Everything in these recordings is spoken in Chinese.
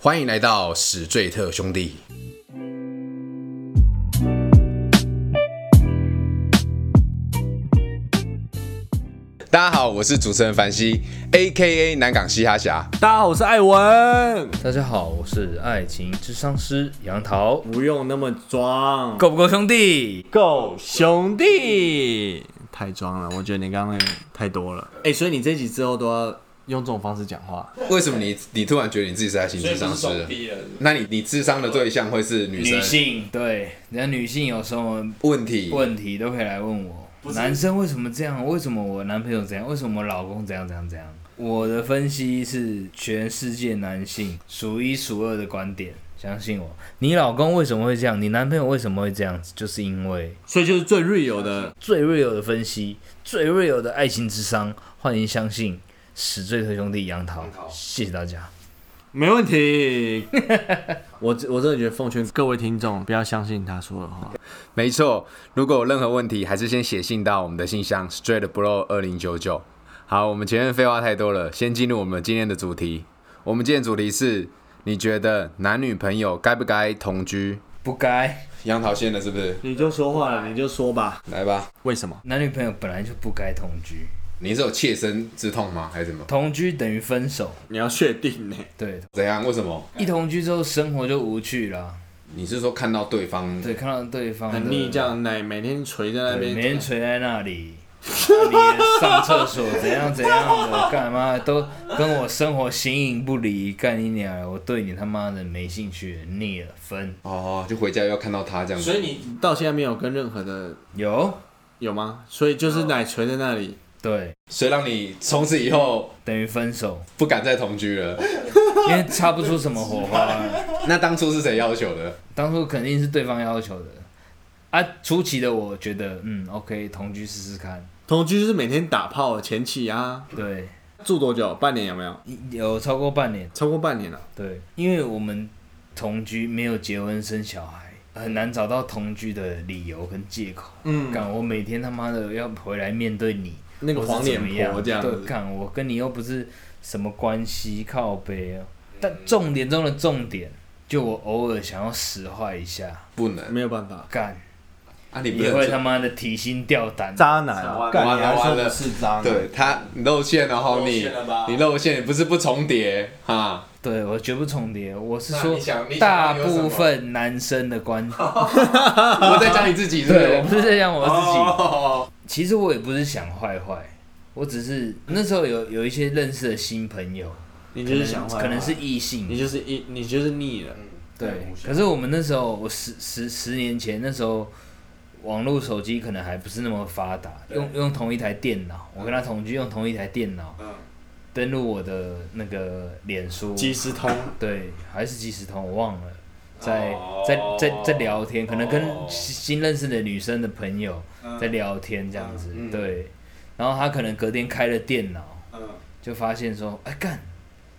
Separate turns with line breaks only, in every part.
欢迎来到史最特兄弟。大家好，我是主持人凡西，A K A 南港嘻哈侠。
大家好，我是艾文。
大家好，我是爱情智商师杨桃，
不用那么装，
够不够兄弟？
够兄弟，太装了。我觉得你刚刚那个太多了。哎、所以你这集之后都要用这种方式讲话。
为什么你你突然觉得你自己是爱情智商师了？那你你智商的对象会是女生？
女性对，人家女性有什么
问题？
问题都可以来问我。男生为什么这样？为什么我男朋友怎样？为什么我老公怎样怎样怎样？我的分析是全世界男性数一数二的观点，相信我。你老公为什么会这样？你男朋友为什么会这样？就是因为
所以就是最 real 的，
最 real 的分析，最 real 的爱情智商，欢迎相信史最特兄弟杨桃，谢谢大家。
没问题。 我我真的觉得奉劝各位听众不要相信他说的话。
没错，如果有任何问题，还是先写信到我们的信箱 straightbro 二零九九。好，我们前面废话太多了，先进入我们今天的主题。我们今天的主题是：你觉得男女朋友该不该同居？
不该。
杨桃先了是不是？
你就说话了，你就说吧。
来吧，
为什么？
男女朋友本来就不该同居，
你是有切身之痛吗？还是什么？
同居等于分手。
你要确定呢、
对，
怎样？为什么？
一同居之后生活就无趣了。
你是说看到对方？
对，看到对方的
很腻，这，样奶每天垂在那
对
边，
每天垂在 那里，那你也上厕所怎样怎样的，干嘛都跟我生活形影不离，干你娘！我对你他妈的没兴趣，腻了，分
哦，就回家要看到他这样子。
所以你到现在没有跟任何的
有
有吗？所以就是奶垂在那里，
对
谁让你从此以后
等于分手，
不敢再同居 了？
因为擦不出什么火花来。
那当初是谁要求的？
当初肯定是对方要求的。啊，初期的我觉得，嗯，OK，同居试试看。
同居就是每天打炮前期啊。
对，
住多久？半年有没有？
有超过半年。
超过半年了。
对，因为我们同居没有结婚生小孩，很难找到同居的理由跟借口。
嗯
干我每天他妈的要回来面对你
那个
我是
黄脸
怎么样
婆这样
对，
子，
干我跟你又不是什么关系，靠背啊。但重点中的重点，就我偶尔想要使坏一下，
不能
没有办法。
干
啊！你不
也会他
能。
妈的提心吊胆。
渣男啊！干
完了
你还
完
说
了
不是渣男？
对，他你露馅了哈，
啊露
你
馅了吧
你露馅，你不是不重叠哈？
对，我绝不重叠，我是
那
说
你想你想
大
要有什么
部分男生的观点。
我在讲你自己 是不
对，我
是？
不是在讲我自己。
哦
其实我也不是想坏坏，我只是那时候有有一些认识的新朋友，
你
可
就是
能
想坏，
可能是异
你
性，
就是一你就是腻了。
对。可是我们那时候，我十十十年前那时候，网络手机可能还不是那么发达，用用同一台电脑，我跟他同居用同一台电脑，
嗯
登录我的那个脸书，
即时通，
对，还是即时通，我忘了，在在在在聊天，可能跟新新认识的女生的朋友在聊天这样子，对。然后他可能隔天开了电脑，就发现说，哎干，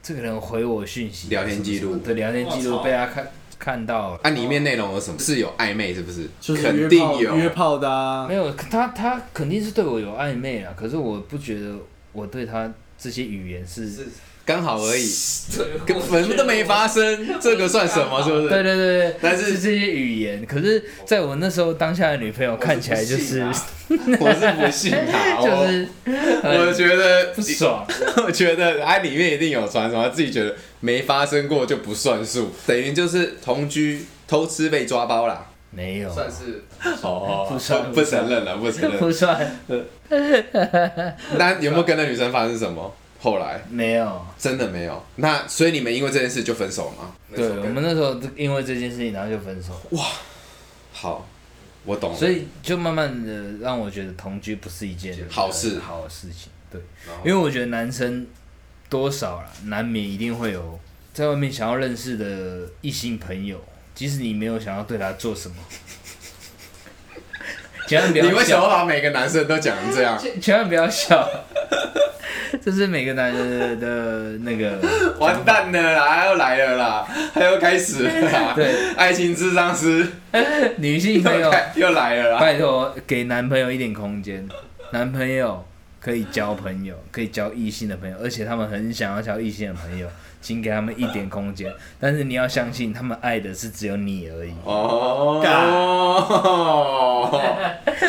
这个人回我讯息，
聊天记录
什么什么的聊天记录被他看看到了，
啊，里面内容有什么？是有暧昧是不是？
就是
肯
约
定
炮
有。
约炮的啊
没。有他他肯定是对我有暧昧啊，可是我不觉得我对他这些语言是，
刚好而 已，根本都没发生，这个算什么？是不是？
对对对对，
但是
这些语言，可是在我那时候当下的女朋友看起来就是。啊
哦我是不信他，
就
我
是
我觉得
不，爽。
我觉得哎，里面一定有传什么，自己觉得没发生过就不算数，等于就是同居偷吃被抓包啦。
没有，
是哦，
不算
不承认了，不承认。
不算，
那有没有跟那女生发生什么？后来
没有。
真的没有。那所以你们因为这件事就分手吗？
对我们那时候因为这件事情，然后就分手，
好，我懂了。
所以就慢慢的让我觉得同居不是一件
好事
好的事情。对，
然后
因为我觉得男生多少啦，难免一定会有在外面想要认识的异性朋友，即使你没有想要对他做什么， 千万不
你
要
为什
笑
么把每个男生都讲成这 样？
千千万不要笑，这是每个男人的那 个
完蛋了啦，他又来了啦，他又开始了啦。
对，
爱情智商师
女性朋
又
友。
开又来了啦。
拜托，给男朋友一点空间。男朋友可以交朋友，可以交异性的朋友，而且他们很想要交异性的朋友，请给他们一点空间。但是你要相信，他们爱的是只有你而已。
哦，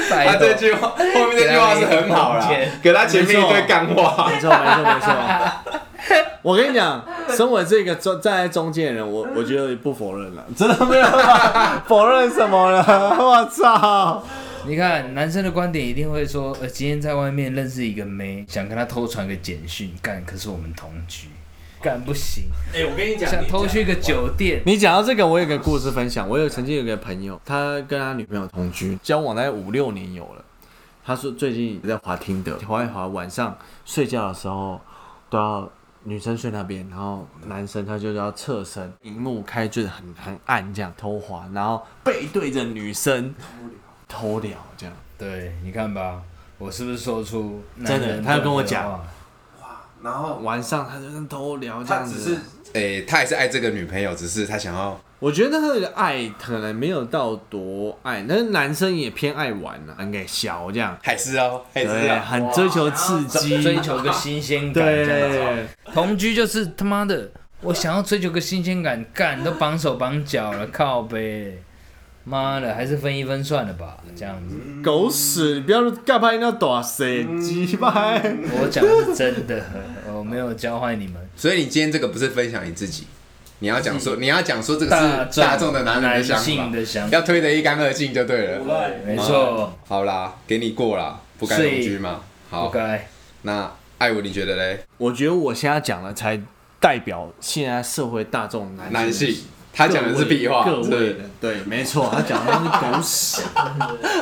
拜
他
托
这句话后面这句话是很好啦
哎给他一
可他前
点空，间
面一堆干 话。
没错，没错，没错。 我跟你讲，身为这个中站在中间的人，我我觉得不否认了，真的没有办法否认什么了。我操！
你看，男生的观点一定会说，呃，今天在外面认识一个妹，想跟她偷传个简讯，干，可是我们同居，干不行，
哎，我跟你
想偷去个酒店，
你讲到这个，我有个故事分享。我有曾经有个朋友，他跟他女朋友同居，交往大概五六年有了。他说最近在滑听的，滑一滑，晚上睡觉的时候都要女生睡那边，然后男生他就要侧身，荧幕开就是很很暗这样偷滑，然后背对着女生偷聊这样。
对，你看吧，我是不是说出
真的他要跟我讲
讲，
然后
晚上他就在偷聊这
他
样子。
只是，哎，他也是爱这个女朋友，只是他想要
我觉得他的爱可能没有到多爱，但是男生也偏爱玩啊，很给小这样。
还是哦，还是
啊
对，
哦。
很追求刺激，
追求个新鲜感，这样子
对，
同居就是他妈的，我想要追求个新鲜感，干都绑手绑脚 了，靠呗，妈的，还是分一分算了吧，这样子，
嗯
狗屎！你不要干拍那大谁鸡巴。
我讲的是真的， 我没有教坏你们。
所以你今天这个不是分享你自己，你要讲说你要讲说这个
嗯大
是
众
大众的男人的想
性
法，
的想法，
要推得一干二净就对了。
没错，
好啦，给你过啦，不该
所以
同居嘛。
不
好，
该。
那艾文你觉得嘞？
我觉得我现在讲的才代表现在社会大众男
男性，他讲的是屁话，
各
是不
位
是
的对，没错，他讲的是 狗屎。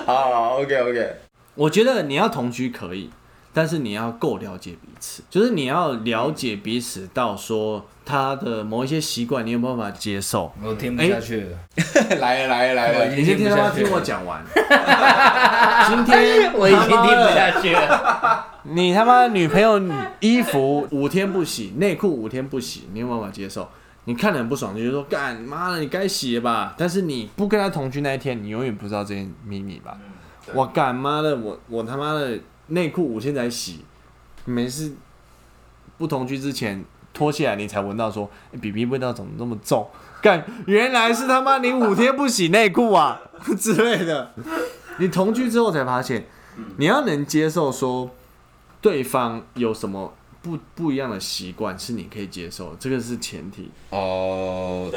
好，OK OK，
我觉得你要同居可以，但是你要够了解彼此，就是你要了解彼此到说他的某一些习惯，你有没有办法接受？
我听不下去了，
来了来了来了，
你今天他妈听我讲完，
哎
今天
我已经
他
听
妈
不
的
下 去了。
你他妈女朋友衣服五天不洗，内裤五天不洗，你有没有办法接受？你看得很不爽，就觉得说干妈的你该洗了吧？但是你不跟他同居那一天，你永远不知道这件秘密吧？我干妈的，我我他妈的内裤五天才洗，没事。不同居之前脱下来，你才闻到说，欸、比比味道怎么那么重？干，原来是他妈你五天不洗内裤啊 之类的。你同居之后才发现，你要能接受说对方有什么不不一样的习惯是你可以接受的，这个是前提。
哦，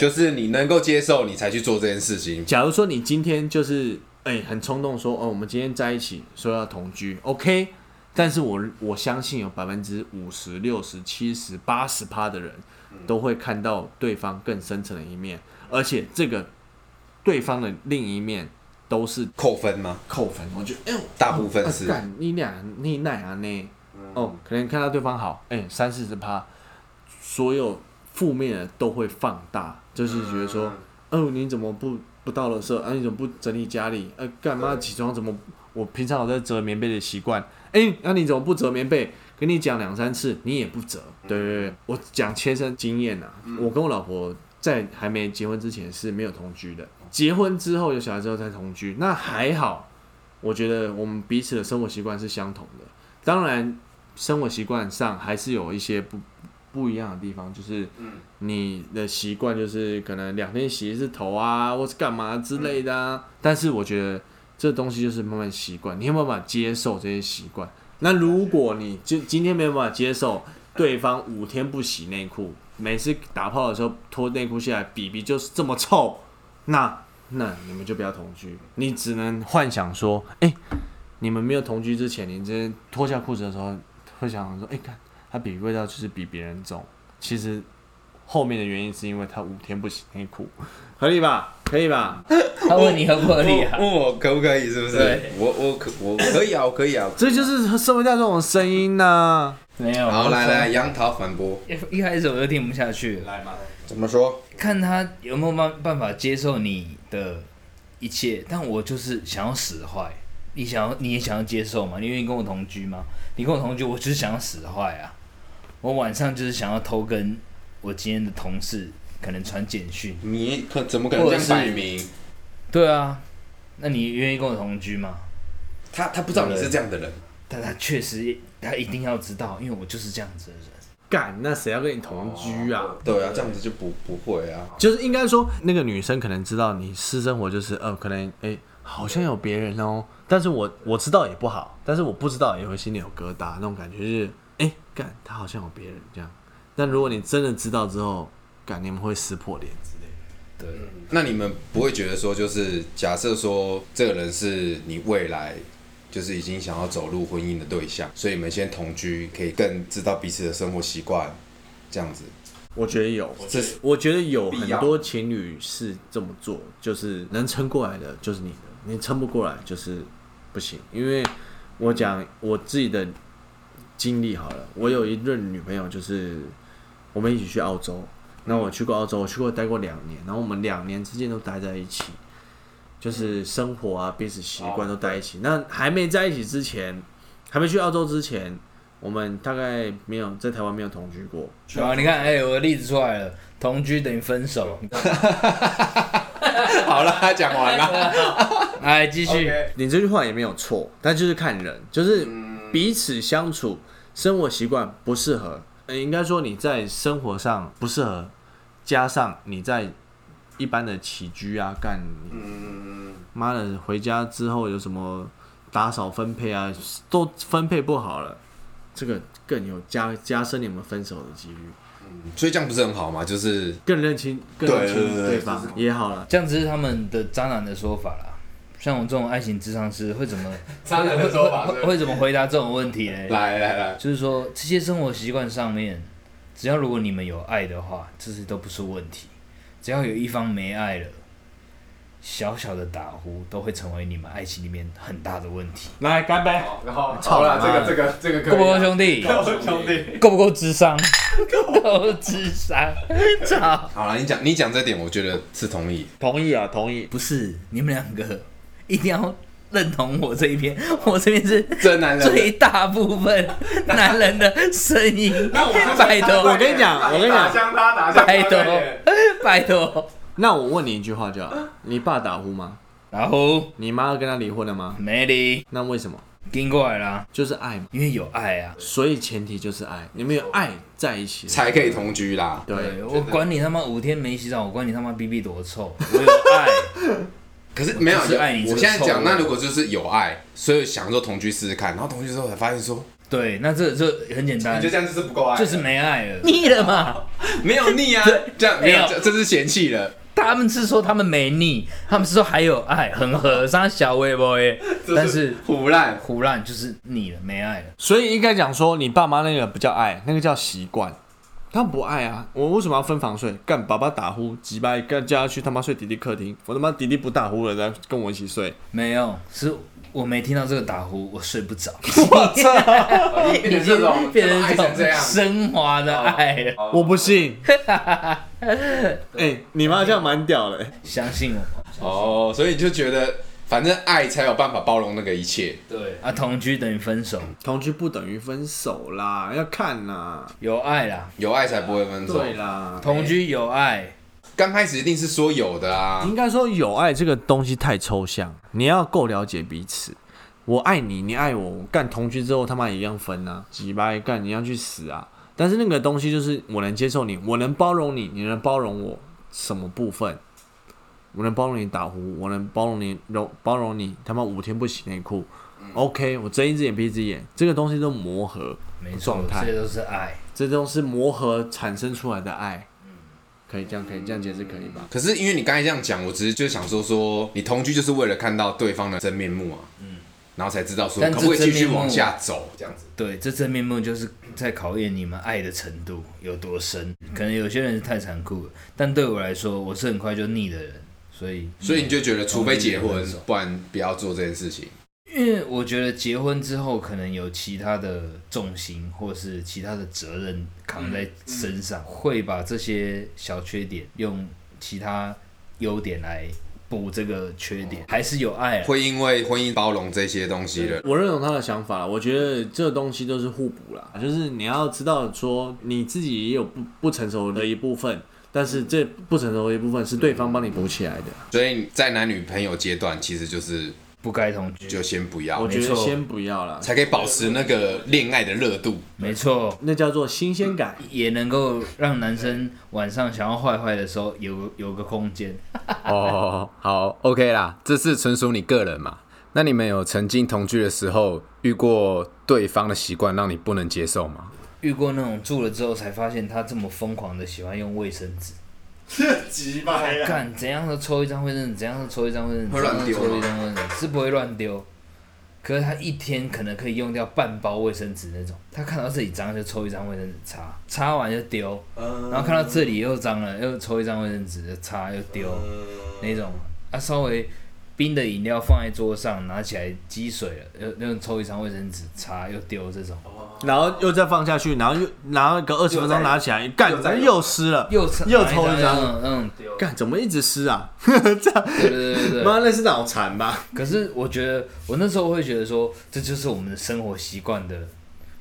就是你能够接受，你才去做这件事情。
假如说你今天就是哎、很冲动说哦，我们今天在一起说要同居，OK，但是我我相信有百分之五十六十七十八十趴的人都会看到对方更深层的一面，而且这个对方的另一面都是
扣分吗？
扣分。我觉得哎呦，
大部分是嗯
啊干你俩你奈啊呢？哦，可能看到对方好，哎、三四十趴，所有负面的都会放大，就是觉得说，
嗯
哦，你怎么不不到了社？啊，你怎么不整理家里？呃、干嘛起床怎么？我平常有在折棉被的习惯，哎、那、你怎么不折棉被？跟你讲两三次，你也不折。对对
嗯
对，我讲切身经验呐、啊，我跟我老婆在还没结婚之前是没有同居的，结婚之后有小孩之后才同居，那还好，我觉得我们彼此的生活习惯是相同的。当然，生活习惯上还是有一些不不一样的地方，就是你的习惯就是可能两天洗一次头啊，或是干嘛之类的啊。但是我觉得这东西就是慢慢习惯，你有没有办法接受这些习惯？那如果你就今天没有办法接受对方五天不洗内裤，每次打炮的时候脱内裤下来，比比就是这么臭，那那你们就不要同居，你只能幻想说，哎、你们没有同居之前，你这脱下裤子的时候，会想说，哎、看他比味道就是比别人重。其实后面的原因是因为他五天不洗内裤，合理吧？可以吧？
他问你合不合理啊？
问我哦可不可以？是不是
对？
我我可我可以啊，我可以啊。
这就是社会大众的声音呐、
没有。
好，来来，杨桃反驳，
一，一开始我就听不下去了。
怎么说？
看他有没有办办法接受你的一切，但我就是想要使坏。你想要，你也想要接受吗？你愿意跟我同居吗？你跟我同居，我就是想要使坏啊！我晚上就是想要偷跟我今天的同事可能传简讯。
你可怎么可能这样摆明？
对啊，那你愿意跟我同居吗？
他他不知道你是这样的人，
但他确实他一定要知道，因为我就是这样子的人。
干，那谁要跟你同居啊？
对啊，这样子就不不会啊。
就是应该说，那个女生可能知道你私生活就是，呃，可能哎、好像有别人哦，但是我我知道也不好，但是我不知道也会心里有疙瘩，那种感觉就是，哎、干，他好像有别人这样。但如果你真的知道之后，干，你们会撕破脸之类的。
对，
那你们不会觉得说，就是假设说这个人是你未来就是已经想要走入婚姻的对象，所以你们先同居，可以更知道彼此的生活习惯，这样子。
我觉得有，
这是
我觉得有
必
很
要
多情侣是这么做，就是能撑过来的就是你的，你撑不过来就是不行。因为我讲我自己的经历好了，我有一任女朋友，就是我们一起去澳洲，那我去过澳洲，我去过待过两年，然后我们两年之间都待在一起，就是生活啊、彼此习惯都待一起。那还没在一起之前，还没去澳洲之前，我们大概没有在台湾没有同居过。
然后你看，哎、我的例子出来了，同居等于分手。
好了，他讲完了。
来，继续。
你这句话也没有错，但就是看人，就是彼此相处，生活习惯不适合，呃，应该说你在生活上不适合，加上你在一般的起居啊，干你
嗯
妈的回家之后有什么打扫分配啊，都分配不好了，这个更有加加深你们分手的几率，
所以这样不是很好吗？就是
更认清更认
对
清
对对
对方也好了。
这样子是他们的渣男的说法啦。像我这种爱情智商师会怎么
渣男的说法
会会会怎么回答这种问题嘞？
来来来，
就是说这些生活习惯上面，只要如果你们有爱的话，这些都不是问题。只要有一方没爱了，小小的打呼都会成为你们爱情里面很大的问题。
来干杯！
然后
好啦这个这
个这个
够不啊够兄弟？
兄弟？
够不够智商？够智商？ 操！
好了，你讲你讲这点，我觉得是同意。
同意啊，同意。
不是你们两个一定要认同我这一边， 我这边是
真男人
最大部分男人的声音。拜
我
托，
跟你讲，我跟你讲，
枪他打
拜托，拜托。
那我问你一句话就好，你爸打呼吗？
然后
你妈要跟他离婚了吗？
美丽
那为什么？
跟过来啦，
就是爱嘛，
因为有爱啊。
所以前提就是爱，你们有爱在一起
才可以同居啦。
对。
我管你他妈五天没洗澡，我管你他妈逼逼多臭，我有爱。
可是没有，
就是爱你
我
这个
现在
臭
讲，那
味
如果就是有爱，所以想说同居试试看，然后同居之后才发现说，
对，那这这很简单，
这样就是不够爱
嗯就是没爱了，腻了嘛。
没有腻啊，这样没
没有
有，这这是嫌弃了，
他们是说他们没腻，他们是说还有爱，很合，像小微 博耶。但是
腐烂。
胡乱就是腻了，没爱了。
所以应该讲说，你爸妈那个不叫爱，那个叫习惯。他们不爱啊，我为什么要分房睡？干爸爸打呼，几百干叫他去他妈睡弟弟客厅，我他妈弟弟不打呼了，然后跟我一起睡。
没有，是我没听到这个打呼，我睡不着。
我操！
已经变成这种升华的爱了。
我不信。哎、你妈这样蛮屌的、
相信我，
哦，所以你就觉得，反正爱才有办法包容那个一切。
对啊，同居等于分手，
同居不等于分手啦，要看啦。
有爱啦，
有爱才不会分手。
对啦，
同居有爱，
刚开始一定是说有的啊，
应该说有爱这个东西太抽象，你要够了解彼此。我爱你，你爱我，我干同居之后他妈也一样分啊，几掰干你要去死啊！但是那个东西就是我能接受你，我能包容你，你能包容我什么部分？我能包容你打呼，我能包容你容包容你他妈五天不洗内裤、o k 我睁一只眼闭一只眼，这个东西都磨合，
没错
状，态
这些都是爱。
这都是磨合产生出来的爱。可以这样，可以这样解释可以吧？
可是因为你刚才这样讲，我只是就想说说，你同居就是为了看到对方的真面目啊，嗯，然后才知道说
但
可不可以
这真
继续
面目啊
往下走这样子。
对，这真面目就是在考验你们爱的程度有多深。可能有些人是太残酷了，但对我来说，我是很快就腻的人，所以
所以你就觉
嗯
得，除非结婚
分手，
不然不要做这件事情。
因为我觉得结婚之后可能有其他的重心，或是其他的责任扛
嗯
在身上，会把这些小缺点用其他优点来补这个缺点，还是有爱、啊。
哦会因为婚姻包容这些东西了。
我认同他的想法啦，我觉得这个东西都是互补啦，就是你要知道说你自己也有不不成熟的一部分，但是这不成熟的一部分是对方帮你补起来的。
所以在男女朋友阶段，其实就是
不该同居，
就先不要
我，觉
啊没
得
错
先不要啦，
才可以保持那个恋爱的热度。
没错，
那叫做新鲜感。
也能够让男生晚上想要坏坏的时候有个有个空间。
哦，好，OK 啦，这是纯属你个人嘛。那你们有曾经同居的时候遇过对方的习惯让你不能接受吗？
遇过那种住了之后才发现他这么疯狂的喜欢用卫生 纸，
急掰了。
干怎样都抽一张卫生纸，怎样都抽一张卫生纸，
啊会
怎样
乱
都
丢吗啊
抽一张卫生纸，是不会乱丢。可是他一天可能可以用掉半包卫生纸那种，他看到这里脏就抽一张卫生纸擦，擦完就丢，
嗯
然后看到这里又脏了，又抽一张卫生纸就擦又丢那种。啊，稍微冰的饮料放在桌上，拿起来积水了，又又抽一张卫生纸擦又丢这种，
然后又再放下去，然后又然后隔二十分钟拿起来，干
又再，
又湿了，
又抽
又抽一张，
嗯嗯丢，
干怎么一直湿啊？
对对对对对。
妈，那是脑残吧？
可是我觉得，我那时候会觉得说，这就是我们的生活习惯的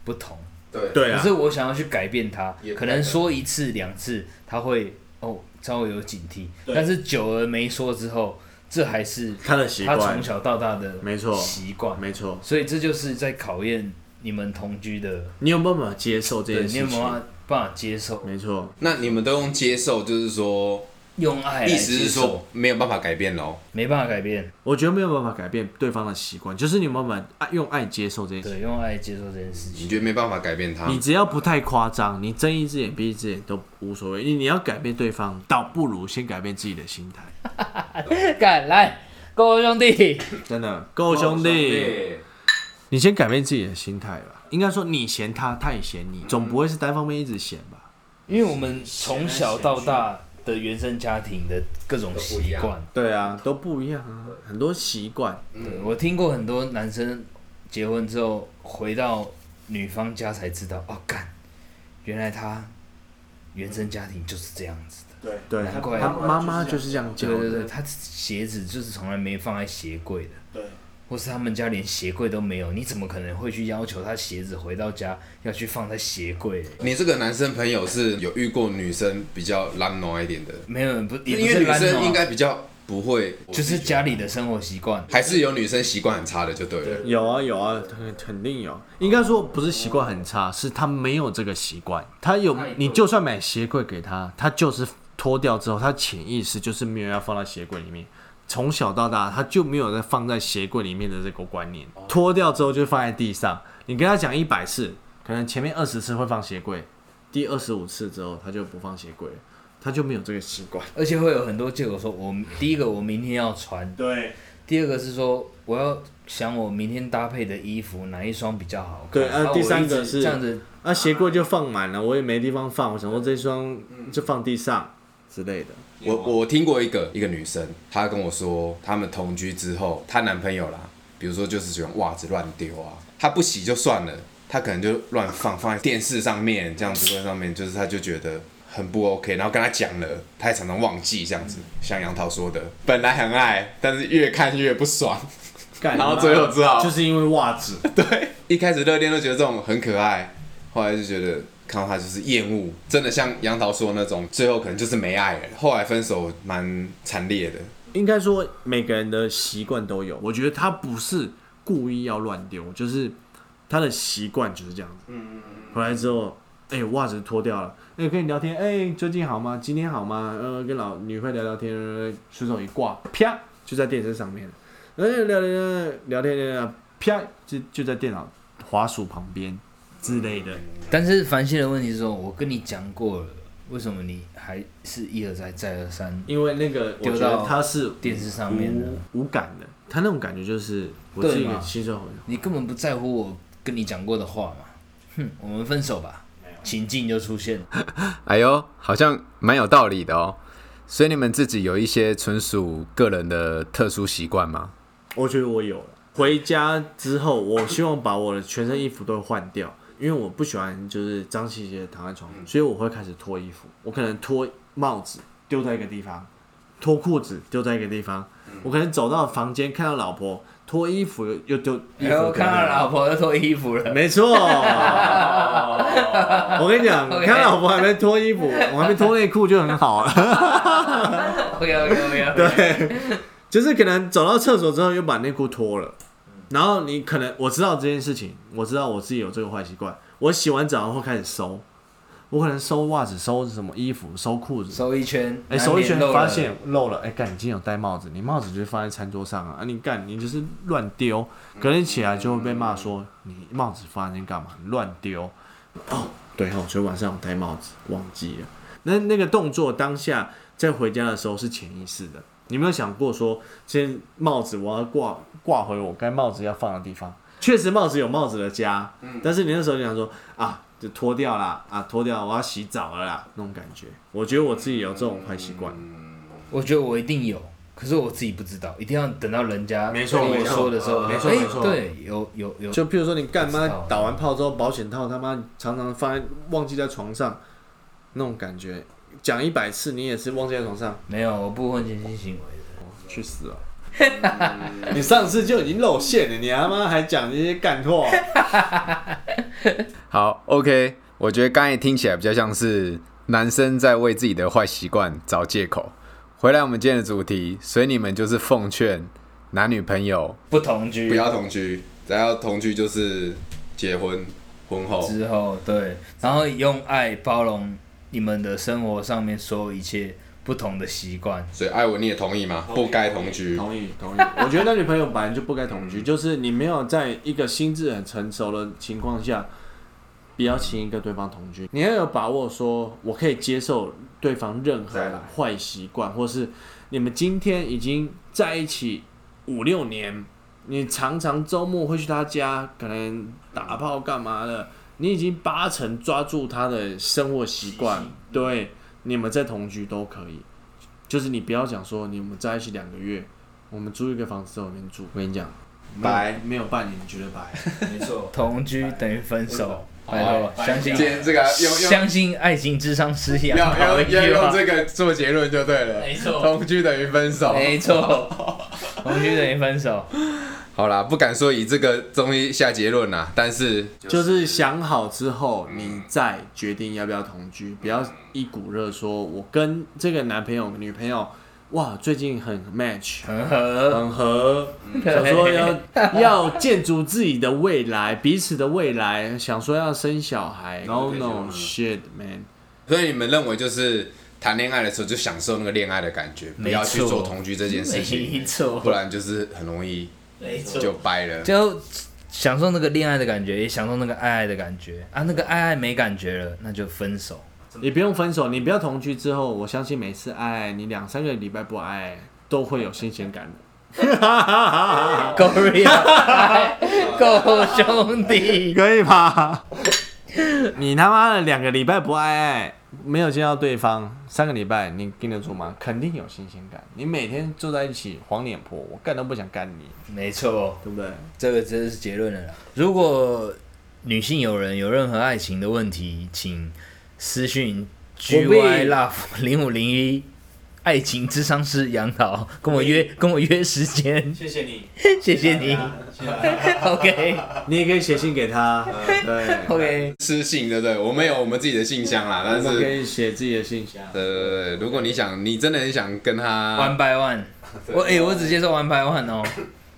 不同。
对，
对
可
啊
是，我想要去改变它
也，不
可能说一次两次，他会哦稍微有警惕，
对
但是久而没说之后，这还是
他的习
他
惯
从，小到大的
没错
习惯，
没错。
所以这就是在考验你们同居的，
你有办法接受这
对，
件
你有
事
没
情？
有办法办法接受？
没错，
那你们都用接受，就是说，
用爱来
意思
接
是
受
说没有办法改变喽。
没办法改变，
我觉得没有办法改变对方的习惯，就是你有没有办法爱用爱接受这件事。
对，用爱接受这件事
你
情，
觉得没办法改变他？
你只要不太夸张，你睁一只眼闭一只眼都无所谓。你你要改变对方，倒不如先改变自己的心态。
敢来，各位兄弟，
真的，够兄弟，你先改变自己的心态吧。应该说你嫌他，他也嫌你，总不会是单方面一直嫌吧？
因为我们从小到大的原生家庭的各种习
都不一
惯，
对啊，都不一样啊，很多习惯。
嗯
对我听过很多男生结婚之后回到女方家才知道，哦，干，原来他原生家庭就是这样子的。
对
对，啊
难怪啊
他妈妈就是这样教
对对对，
的。
他鞋子就是从来没放在鞋柜的，
对，
或是他们家连鞋柜都没有，你怎么可能会去要求他鞋子回到家要去放在鞋柜嘞？
你这个男生朋友是有遇过女生比较懒惰一点的，
没有，不，也
因为
不是
女
懒惰啊
生应该比较不会，
就是家里的生活习惯。
还是有女生习惯很差的就对了。
有啊有啊，肯肯定有。应该说不是习惯很差，是他没有这个习惯。他有
他也，
你就算买鞋柜给他，他就是脱掉之后，他潜意识就是没有要放到鞋柜里面。从小到大，他就没有在放在鞋柜里面的这个观念。
哦
脱掉之后就放在地上。你跟他讲一百次，可能前面二十次会放鞋柜，第二十五次之后他就不放鞋柜了，他就没有这个习惯。
而且会有很多借口说，我第一个我明天要穿，
对，
第二个是说我要想我明天搭配的衣服哪一双比较好看。
对啊
我
第三
一直
个是
这样子，
那啊鞋柜就放满了，我也没地方放，我想说这双就放地上之类的。
我我听过一个一个女生，她跟我说，他们同居之后，她男朋友啦，比如说就是喜欢袜子乱丢啊，她不洗就算了，她可能就乱放放在电视上面这样子，柜上面就是她就觉得。很不 OK，然后跟她讲了，她也常常忘记这样子，像杨桃说的，本来很爱，但是越看越不爽，
干
然后最后只好
就是因为袜子，
对，一开始热恋都觉得这种很可爱，后来就觉得看到他就是厌恶，真的像杨桃说的那种，最后可能就是没爱了。后来分手蛮惨烈的，
应该说每个人的习惯都有。我觉得他不是故意要乱丢，就是他的习惯就是这样子。
嗯
回来之后，哎、袜子脱掉了，哎、跟你聊天，哎、最近好吗？今天好吗？呃，跟老女会聊聊天，呃随手一挂，啪，就在电视上面了。哎、聊聊聊聊天聊聊，啪，就就在电脑滑鼠旁边之类的。
但是凡心的问题是说，我跟你讲过了，为什么你还是一而再再而三
因为那个我
丢
觉
到
得他是
电视上面的？
无无感的，他那种感觉就是我
对
是一个
嘛
新手，
你根本不在乎我跟你讲过的话嘛？哼，我们分手吧。情境就出现了，
哎呦，好像蛮有道理的哦。所以你们自己有一些纯属个人的特殊习惯吗？
我觉得我有了。回家之后，我希望把我的全身衣服都换掉，因为我不喜欢就是脏兮兮的躺在床上，所以我会开始脱衣服。我可能脱帽子丢在一个地方，脱裤子丢在一个地方。
嗯
我可能走到房间看到老婆脱衣服又又丢衣
然后
服，
看到 老，婆要脱衣服 了，
没错。我跟你讲，
OK
看到老婆还没脱衣服，我还没脱内裤就很好了。
不要不要不要，对，
就是可能走到厕所之后又把内裤脱了，然后你可能我知道这件事情，我知道我自己有这个坏习惯，我洗完澡后开始收，我可能收袜子、收什么衣服、收裤子，
收一圈，
哎、收一圈
难免漏了
发现漏了，哎、干，你今天有戴帽子，你帽子就是放在餐桌上啊，啊，你干，你就是乱丢，隔天起来就会被骂说你帽子放在那边干嘛，你乱丢。哦，对哦，昨天晚上有戴帽子，忘记了。那那个动作当下在回家的时候是潜意识的，你有没有想过说，今天帽子我要挂挂回我该帽子要放的地方？确实帽子有帽子的家，但是你那时候就想说啊，就脱掉啦，啊，脱掉，我要洗澡了啦，那种感觉。我觉得我自己有这种坏习惯。
我觉得我一定有，可是我自己不知道，一定要等到人家
没错
跟
没
我
错
说的时候，
没错
哎
没错
对，有有有，
就譬如说你干妈
知道
打完炮之后，保险套他妈常常放在忘记在床上，那种感觉，讲一百次你也是忘记在床上，
没有，我不婚前性行为的，
去死啊！ 你上次就已经露馅了，你他妈还讲这些干货，
好，OK，我觉得刚才听起来比较像是男生在为自己的坏习惯找借口。回来我们今天的主题，所以你们就是奉劝男女朋友
不同居
不要同居，只要同居就是结婚婚后，
之后，对，然后用爱包容你们的生活上面所有一切不同的习惯，
所以艾文你也同意吗？不该同居，
同意嗯同意。我觉得男女朋友本来就不该同居，就是你没有在一个心智很成熟的情况下，不要轻易跟对方同居。你要有把握说，我可以接受对方任何
再来
坏习惯，或是你们今天已经在一起五六年，你常常周末会去他家，可能打炮干嘛的，你已经八成抓住他的生活习惯，对，你们在同居都可以。就是你不要讲说你们在一起两个月，我们租一个房子在外面住，我跟你讲，
拜
没有没有半年你觉得白。
没错，
同居等于分手，拜
好
托，
拜
相信
今天这个用用
相信爱情智商师
要
杨
要
桃一
要
句
用
话，
这个做结论就对了，
没错，
同居等于分手。
没错，同居等于分手，
好啦，不敢说以这个东西下结论啦，但是
就是想好之后，你再决定要不要同居，不要一股热说，我跟这个男朋友、女朋友，哇，最近很 match，
很
嗯
合，
很合，想说要要建筑自己的未来，彼此的未来，想说要生小孩，no no shit man，
所以你们认为就是谈恋爱的时候就享受那个恋爱的感觉，不要去
没错
做同居这件事情，
没错
不，然就是很容易
没错，
就掰了。
就享受那个恋爱的感觉，也享受那个爱爱的感觉啊，那个爱爱没感觉了，那就分 手。
你不用分手，你不要同居之后，我相信每次爱你两三个礼拜不爱，都会有新鲜感的。
够 real，够 兄弟，
可以吧？你他妈的两个礼拜不爱爱，没有见到对方，三个礼拜你盯得住吗？肯定有新鲜感。你每天坐在一起黄脸婆，我干都不想干你，
没错，
对不对？
这个真的是结论了啦。如果女性友人有任何爱情的问题，请私讯 G
必
Y Love 零五零一爱情智商师杨桃，跟我约跟我约时间，
谢谢你，
谢谢你。OK
你也可以写信给他，对，
OK，
私信对不对？我们有我们自己的信箱啦，但
我们可
是
以写自己的信箱。
呃，如果你想，你真的很想跟他
one by one，我哎、我只接受 one by one 哦，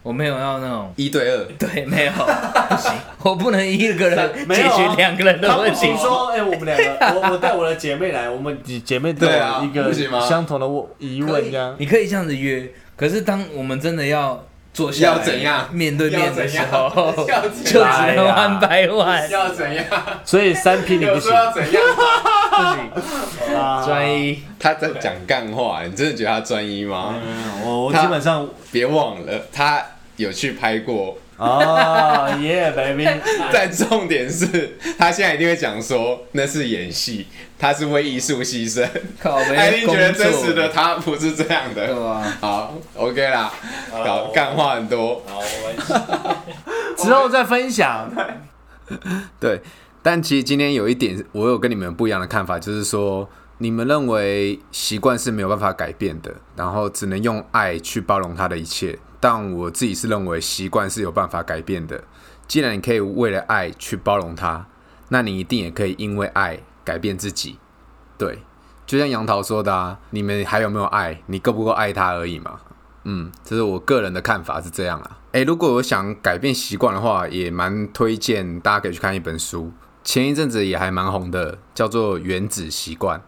我没有要那种。
一对二，
对，没有，不行，我不能一 个人
没
解
有啊
决两个人的
他
问
不
题
行。说，哎、我们两个，我我带我的姐妹来，我们姐姐妹都
对啊
有一个
不行吗
相同的疑问，这样。
你可以这样子约，可是当我们真的要坐下来
要怎样
面对面的时候，
要
就
怎
只
样
能万百万，
要怎样？
所以三 P 你不
有
行
说，要怎样？
不行，专一。
他在讲干话，你真的觉得他专一吗？
嗯，我我
他
基本上
别忘了，他有去拍过。
哦耶 baby。
但重点是，他现在一定会讲说那是演戏，他是为艺术牺 牲。
靠北，
他一定觉得真实的
哎工作，
他不是这样
对
的。
吧？
好，OK 啦，
好
搞
哦
干话很多。
好，我们
之后再分享。
对，但其实今天有一点，我有跟你们不一样的看法，就是说，你们认为习惯是没有办法改变的，然后只能用爱去包容它的一切。但我自己是认为习惯是有办法改变的。既然你可以为了爱去包容它，那你一定也可以因为爱改变自己。对，就像杨桃说的啊，你们还有没有爱？你够不够爱他而已嘛。嗯，这是我个人的看法是这样啦。诶，如果我想改变习惯的话，也蛮推荐大家可以去看一本书，前一阵子也还蛮红的，叫做《原子习惯》。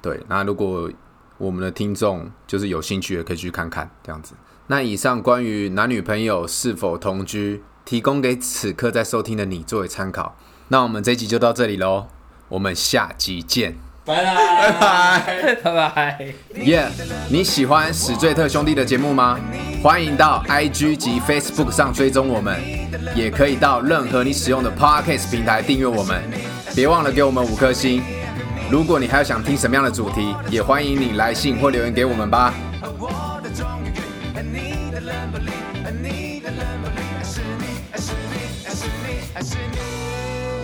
对，那如果我们的听众就是有兴趣的，可以去看看这样子。那以上关于男女朋友是否同居，提供给此刻在收听的你作为参考。那我们这一集就到这里喽，我们下集见。
拜拜拜拜拜。
耶、你喜欢史最特兄弟的节目吗？欢迎到 IG 及 Facebook 上追踪我们，也可以到任何你使用的 Podcast 平台订阅我们。别忘了给我们五颗星。如果你还有想听什么样的主题，也欢迎你来信或留言给我们吧。
我的终于给，你的冷不吝，你的冷不吝，爱是你，爱是你，爱是你，爱是你。